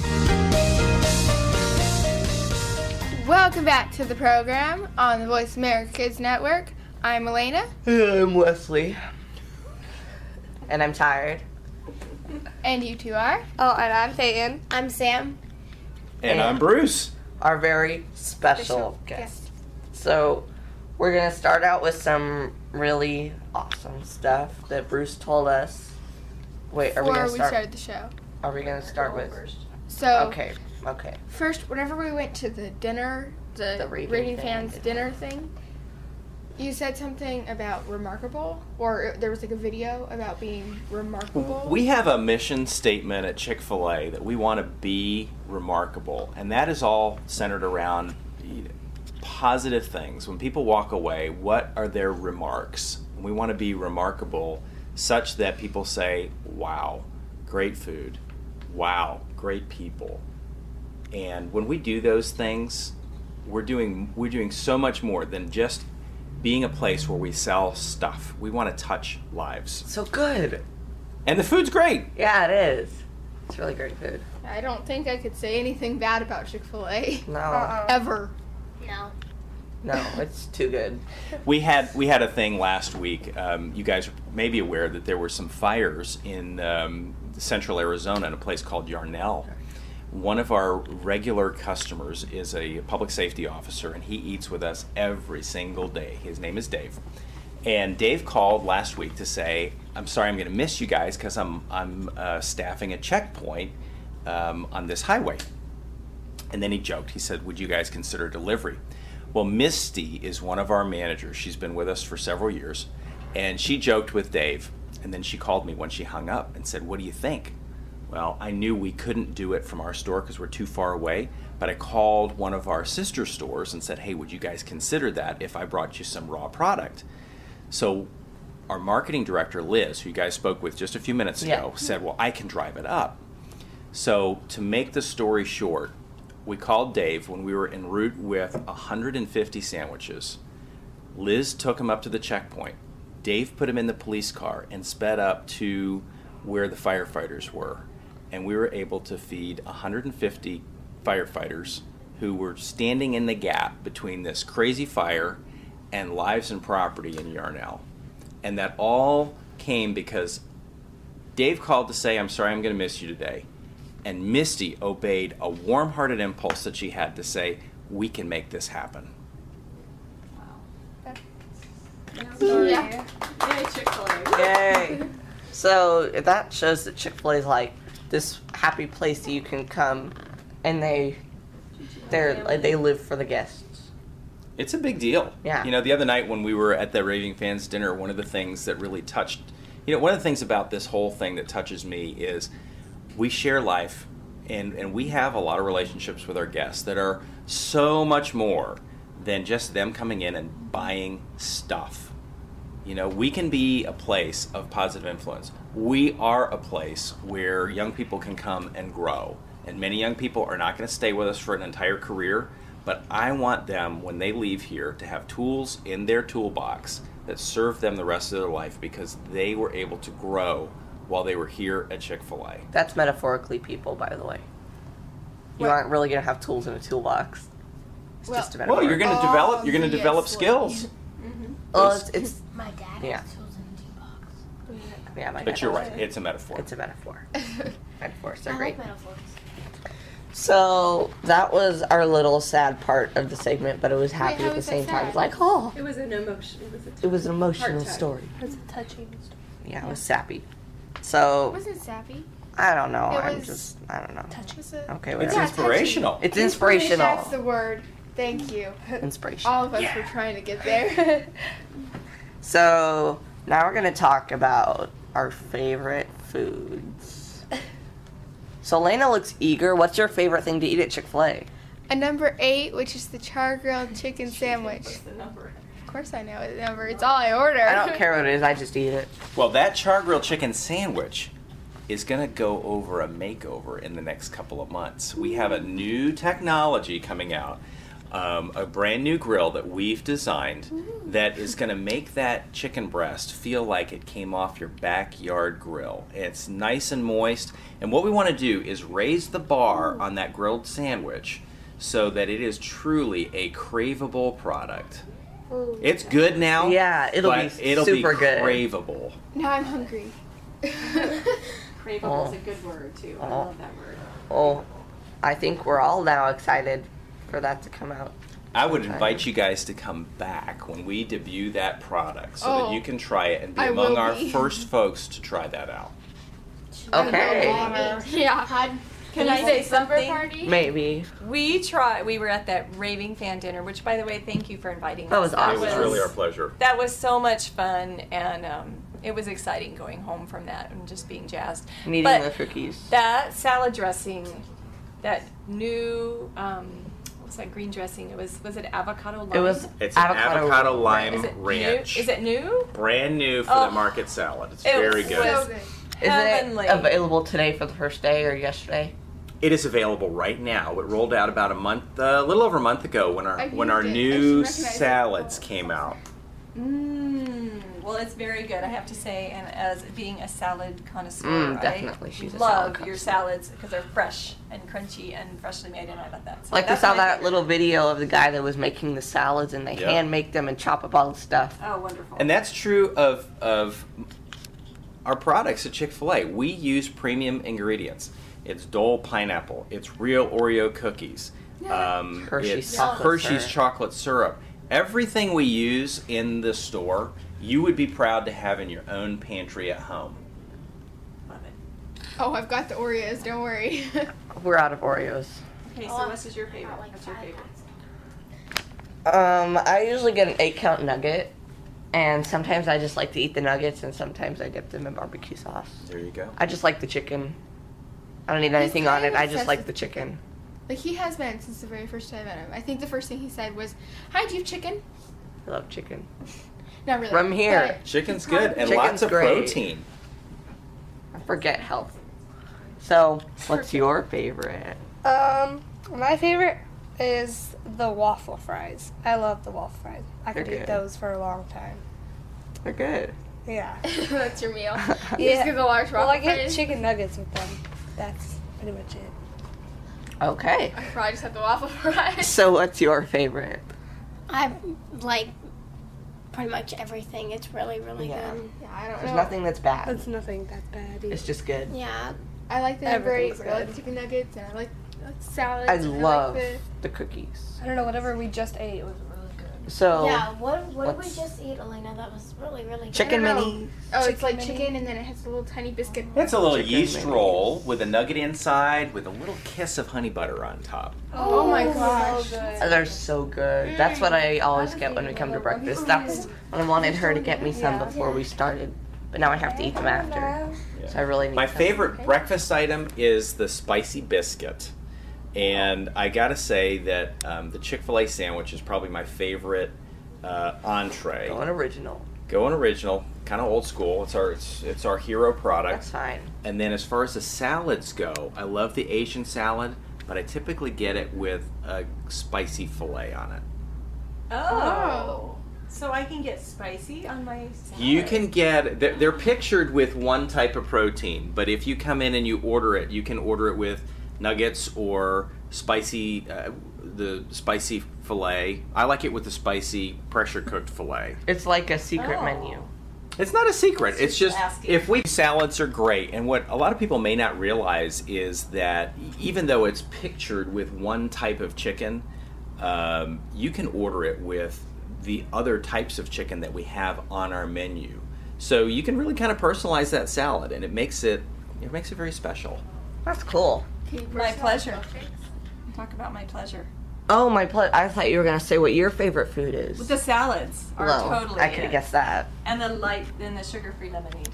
Welcome back to the program on the Voice America Kids Network. I'm Elena,
I'm Wesley. And I'm tired.
and you two are. Oh, and I'm Peyton. I'm Sam.
And I'm Bruce.
Our very special guest. So, we're going to start out with some really awesome stuff that Bruce told us. Wait, are we
Before
going
we
to start?
started the show.
Are we going to start with?
So
Okay, okay.
First, whenever we went to the dinner, the,
The reading
reading,
thing.
fans dinner thing, you said something about remarkable, or there was like a video about being remarkable.
We have a mission statement at Chick fil A that we want to be remarkable, and that is all centered around you know, positive things. When people walk away, what are their remarks? We want to be remarkable such that people say, wow, great food, wow, great people. And when we do those things, we're doing we're doing so much more than just being a place where we sell stuff. We want to touch lives.
So good.
And the food's great.
Yeah, it is. It's really great food.
I don't think I could say anything bad about Chick Fil A.
No. Uh-uh.
Ever.
No.
No, it's too good.
We had we had a thing last week. Um, you guys may be aware that there were some fires in um, central Arizona in a place called Yarnell. One of our regular customers is a public safety officer, and he eats with us every single day. His name is Dave, and Dave called last week to say, "I'm sorry, I'm going to miss you guys because I'm I'm uh, staffing a checkpoint um, on this highway." And then he joked. He said, "Would you guys consider delivery?" Well, Misty is one of our managers. She's been with us for several years, and she joked with Dave. And then she called me when she hung up and said, "What do you think?" Well, I knew we couldn't do it from our store because we're too far away, but I called one of our sister stores and said, "Hey, would you guys consider that if I brought you some raw product?" So our marketing director, Liz, who you guys spoke with just a few minutes ago,
Yeah.
said, Well, I can drive it up. So, to make the story short, we called Dave when we were en route with 150 sandwiches. Liz took him up to the checkpoint. Dave put him in the police car and sped up to where the firefighters were. And we were able to feed 150 firefighters who were standing in the gap between this crazy fire and lives and property in Yarnell. And that all came because Dave called to say, I'm sorry, I'm going to miss you today. And Misty obeyed a warm hearted impulse that she had to say, We can make this happen.
Yeah. Yay, Chick fil A.
Yay! so that shows that Chick Fil A is like this happy place that you can come, and they they're like, they live for the guests.
It's a big deal.
Yeah.
You know, the other night when we were at the Raving Fans dinner, one of the things that really touched, you know, one of the things about this whole thing that touches me is we share life and, and we have a lot of relationships with our guests that are so much more than just them coming in and buying stuff. You know, we can be a place of positive influence. We are a place where young people can come and grow. And many young people are not going to stay with us for an entire career, but I want them, when they leave here, to have tools in their toolbox that serve them the rest of their life because they were able to grow while they were here at Chick fil A.
That's metaphorically people, by the way. You
What?
aren't really gonna have tools in a toolbox. It's just a metaphor. Mm-hmm.
Well, you're going to develop. You're going to develop skills.
Well, it's, it's
my dad.
yeah, yeah. My
But you're
metaphor.
right. It's a metaphor.
It's a metaphor. Metaphors are
I
great.
like metaphors.
So that was our little sad part of the segment, but it was happy
how
at the
is that
same time. It was
sad?
like, oh,
It was an emotion. It was, a
It was an emotional
heart touch.
story.
It was a touching story.
yeah, it was sappy. So
Wasn't sappy.
I don't know.
It
I'm
was-
just I don't know.
Was it-
Okay, whatever.
Yeah, touchy.
It's
That's
inspirational.
the word. Thank you.
Inspirational.
All of us were trying to get there.
So now we're gonna talk about our favorite foods. So Lena looks eager. What's your favorite thing to eat at Chick Fil A?
A number eight, which is the char grilled chicken sandwich. Of course I know the number. It's all I order.
I don't care what it is. I just eat it.
Well, that char grilled chicken sandwich is going to go over a makeover in the next couple of months. We have a new technology coming out, um, a brand new grill that we've designed that is going to make that chicken breast feel like it came off your backyard grill. It's nice and moist. And what we want to do is raise the bar on that grilled sandwich so that it is truly a craveable product. It's good now.
Yeah, it'll be
but it'll
super
be
good.
craveable.
Now I'm hungry.
Oh.
Craveable is a good word too. I
Oh.
love that word.
Oh, I think we're all now excited for that to come out.
I would invite you guys to come back when we debut that product so
Oh.
that you can try it and be
I
among
will
our
be.
first folks to try that out.
Okay,
Yeah. Can,
you
I
say
say something?
maybe.
We try. We were at that raving fan dinner, which, by the way, thank you for inviting
That
us.
was awesome.
It was really our pleasure.
That was so much fun, and um, it was exciting going home from that and just being jazzed.
Needing
but
the cookies.
that salad dressing, that new um, what's that green dressing? It was was it avocado lime?
It was
It's an avocado lime
Is it new?
ranch.
Is it new?
Brand new for
Oh.
the market salad. It's
It
very
was-
good.
Is
Heavenly.
it available today for the first day or yesterday?
It is available right now. It rolled out about a month, uh, a little over a month ago when our
I
when our
used it. I
new
should recognize it.
salads came out.
Mm, well, it's very good, I have to say. And as being a salad connoisseur,
Mm,
definitely,
I
she's a
love
salad
your salads because they're fresh and crunchy and freshly made, and I love that. So
Like we
that's
saw
my
that little video of the guy that was making the salads and they
Yeah.
hand make them and chop up all the stuff.
Oh, wonderful.
And that's true of of our products at Chick Fil A. We use premium ingredients. It's Dole pineapple. It's real Oreo cookies. Um,
Hershey's
it's
chocolate
Hershey's
syrup.
chocolate syrup. Everything we use in the store, you would be proud to have in your own pantry at home.
Oh, I've got the Oreos. Don't worry.
We're out of Oreos.
Okay, so what's your favorite? What's your favorite?
Um, I usually get an eight count nugget, and sometimes I just like to eat the nuggets, and sometimes I dip them in barbecue sauce.
There you go.
I just like the chicken. I don't need anything on it. I just like the chicken.
Like he has been since the very first time I met him. I think the first thing he said was, "Hi, do you have chicken?"
I love chicken.
Not really.
From here,
Chicken's good and lots
Chicken's
of
great.
protein.
I forget health. So, what's your favorite?
Um, my favorite is the waffle fries. I love the waffle fries. I could
They're
eat
good.
those for a long time.
They're good.
Yeah.
That's your meal.
yeah.
get the large
well, I
waffle
get
fries.
chicken nuggets with them. That's pretty much it.
Okay.
I probably just had the waffle fries.
So, what's your favorite?
I like pretty much everything. It's really, really
Yeah.
good.
Yeah, I
There's nothing that's bad.
It's nothing that bad.
It's just good.
Yeah.
I like the number
Everything's
eight. I like
good.
chicken nuggets and I like, I like salads.
I
and like
love
the-
the cookies.
I don't know. Whatever we just ate was really good.
So,
yeah, what what did we
what's-
just eat, Elena? That was really really good.
Chicken
I don't know.
minis.
Oh, it's like chicken and then it has a little tiny biscuit.
It's a little
Chicken
yeast
minis.
roll with a nugget inside with a little kiss of honey butter on top.
Oh, my gosh.
They're so good. That's what I always get when we come to breakfast. That's when I wanted her to get me some before we started, but now I have to eat them after. So I really need
My
something.
favorite breakfast item is the spicy biscuit. And I gotta say that um, the Chick fil A sandwich is probably my favorite uh, entree.
Going original.
Going original, kind of old school. It's our it's, it's our hero product.
That's fine.
And then as far as the salads go, I love the Asian salad, but I typically get it with a spicy fillet on it.
Oh. So I can get spicy on my salad.
You can get they're, they're pictured with one type of protein, but if you come in and you order it, you can order it with nuggets or spicy uh, the spicy fillet. I like it with the spicy pressure cooked fillet.
It's like a
Oh.
secret menu.
It's not a secret. It's just
asking.
if we salads are great, and what a lot of people may not realize is that even though it's pictured with one type of chicken, um, you can order it with the other types of chicken that we have on our menu. So you can really kind of personalize that salad, and it makes it it makes it very special.
That's cool.
My pleasure. Talk about my pleasure.
Oh my! Pl- I thought you were gonna say what your favorite food is.
The salads are
Well,
totally.
I could
it.
have guessed that.
And the light, then the sugar-free lemonade.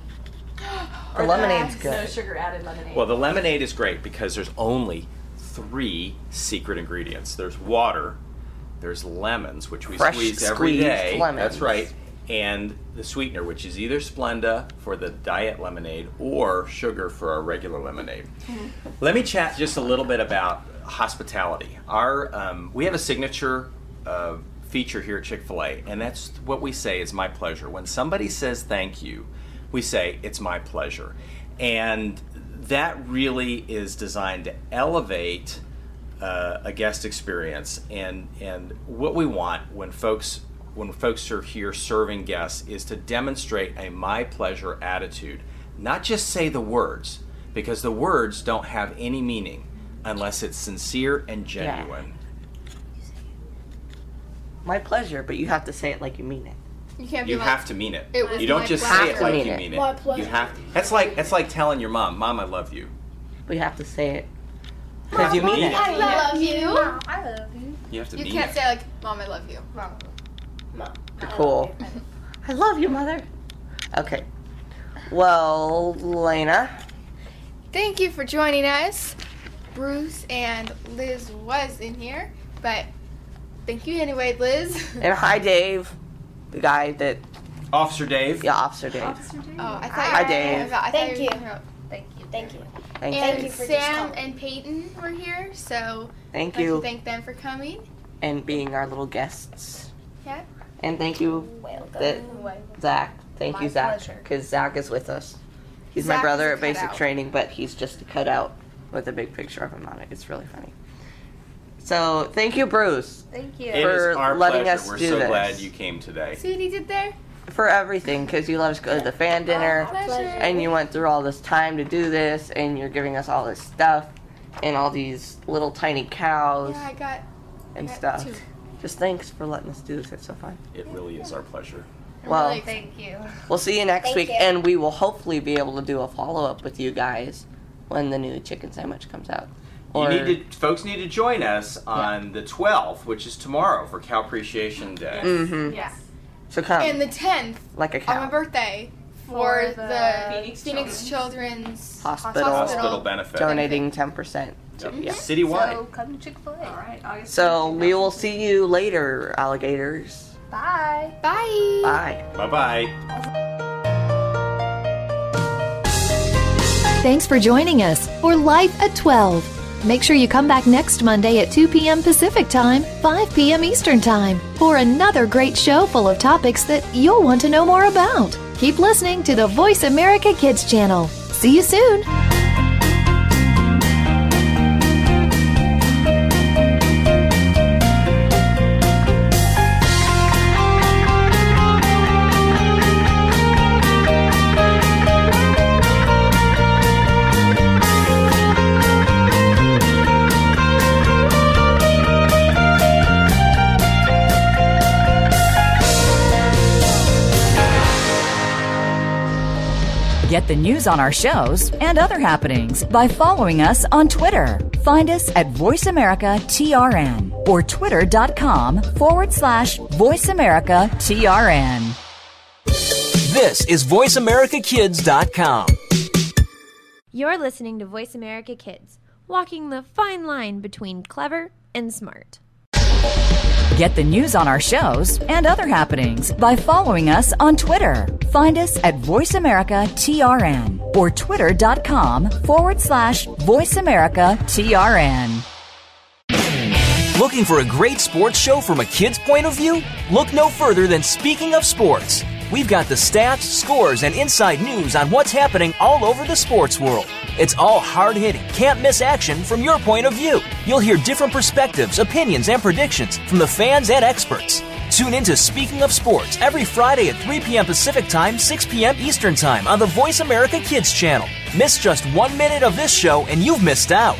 The lemonade's
No
good.
sugar added lemonade.
Well, the lemonade is great because there's only three secret ingredients. There's water, there's lemons, which we
Fresh
squeeze every
squeezed
day.
lemons.
That's right. And the sweetener, which is either Splenda for the diet lemonade or sugar for our regular lemonade. Let me chat just a little bit about hospitality. Our um, we have a signature uh, feature here at Chick Fil A, and that's what we say is my pleasure. When somebody says thank you, we say it's my pleasure, and that really is designed to elevate uh, a guest experience and and what we want when folks when folks are here serving guests is to demonstrate a my pleasure attitude not just say the words because the words don't have any meaning unless it's sincere and
Yeah.
genuine
My pleasure, but you have to say it like you mean it.
You can't
you
be like,
have to mean it,
"It was
you don't
my
just
pleasure."
say
Have
it
to
like
mean
you
it.
mean
My
it you
pleasure.
have to that's like that's like telling your mom mom i love you
But you have to say it because you mean it.
I love you.
Mom, I love you.
you have to
You
mean
can't
it
say like, "Mom, I love you." Mom.
Cool. I love you, mother. Okay. Well, Lena,
Thank you for joining us. Bruce and Liz was in here, but thank you anyway, Liz.
and hi, Dave, the guy that
officer dave
yeah, Officer Dave.
Oh, I thought
Hi,
you were
Dave.
I thought
Thank
you.
you.
were talking about- Thank you.
Thank you.
Thank
and
you.
Sam and Peyton were here, so
Thank
I'd like to
you.
thank them for coming.
and being our little guests.
Yeah.
And thank you, that, Zach. Thank
My
you, Zach,
pleasure.
because Zach is with us. He's my
Zach is
brother
a
at basic
cutout.
training, but he's just a cutout with a big picture of him on it. It's really funny. So thank you, Bruce,
Thank
It is
for
our
letting
pleasure
us
we're
do
so
this.
glad you came today
See what he did there?
for everything because you let us go to the fan dinner
Oh, pleasure.
and you went through all this time to do this and you're giving us all this stuff and all these little tiny cows
Yeah, I got.
and
got
stuff.
two.
Just thanks for letting us do this. It's so fun.
it really is our pleasure
Well,
thank you.
We'll see you next
Thank
week,
you.
and we will hopefully be able to do a follow up with you guys when the new chicken sandwich comes out. Or
you need to, folks need to join us on the 12th, which is tomorrow for Cow Appreciation Day.
Mhm.
Yeah.
so come
and the tenth
like a
on my
cow.
birthday for, the, Phoenix, Children's
Hospital,
Hospital benefit.
donating ten percent.
Yep.
Yeah.
Mm-hmm.
Citywide.
come to Chick Fil A. All right, August.
So we will see you later, alligators.
Bye.
Bye.
Bye.
Bye bye.
Thanks for joining us for Life at 12. Make sure you come back next Monday at 2 p.m. Pacific Time, 5 p.m. Eastern Time for another great show full of topics that you'll want to know more about. Keep listening to the Voice America Kids channel. See you soon.
Get the news on our shows and other happenings by following us on Twitter. Find us at VoiceAmericaTRN or twitter.com forward slash VoiceAmericaTRN.
This is VoiceAmericaKids.com.
You're listening to Voice America Kids, walking the fine line between clever and smart.
Get the news on our shows and other happenings by following us on Twitter. Find us at VoiceAmericaTRN or twitter.com forward slash VoiceAmericaTRN.
Looking for a great sports show from a kid's point of view? Look no further than Speaking of Sports. We've got the stats, scores, and inside news on what's happening all over the sports world. It's all hard hitting, can't miss action from your point of view. You'll hear different perspectives, opinions, and predictions from the fans and experts. Tune into Speaking of Sports every Friday at 3 p.m. Pacific Time, 6 p.m. Eastern Time on the Voice America Kids channel. Miss just one minute of this show and you've missed out.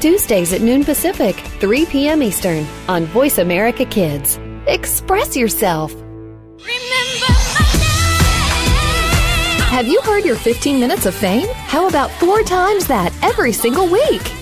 Tuesdays at noon Pacific, 3 p.m. Eastern on Voice America Kids. Express yourself. Have you heard your 15 minutes of fame? How about four times that every single week?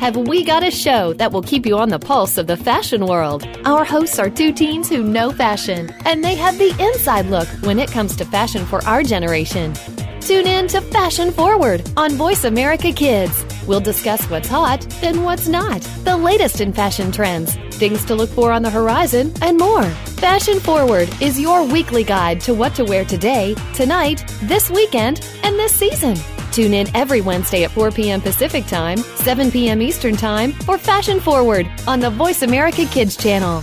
Have we got a show that will keep you on the pulse of the fashion world? Our hosts are two teens who know fashion, and they have the inside look when it comes to fashion for our generation. Tune in to Fashion Forward on Voice America Kids. We'll discuss what's hot and what's not, the latest in fashion trends, things to look for on the horizon, and more. Fashion Forward is your weekly guide to what to wear today, tonight, this weekend, and this season. Tune in every Wednesday at 4 p.m. Pacific Time, 7 p.m. Eastern Time for Fashion Forward on the Voice America Kids channel.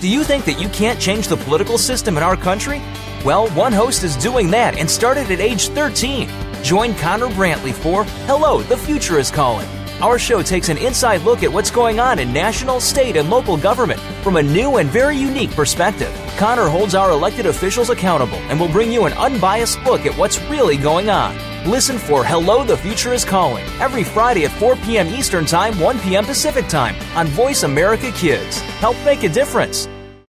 Do you think that you can't change the political system in our country? Well, one host is doing that and started at age 13. Join Connor Brantley for Hello, the Future is Calling. Our show takes an inside look at what's going on in national, state, and local government from a new and very unique perspective. Connor holds our elected officials accountable and will bring you an unbiased look at what's really going on. Listen for Hello, the Future is Calling every Friday at 4 p.m. Eastern Time, 1 p.m. Pacific Time on Voice America Kids. Help make a difference.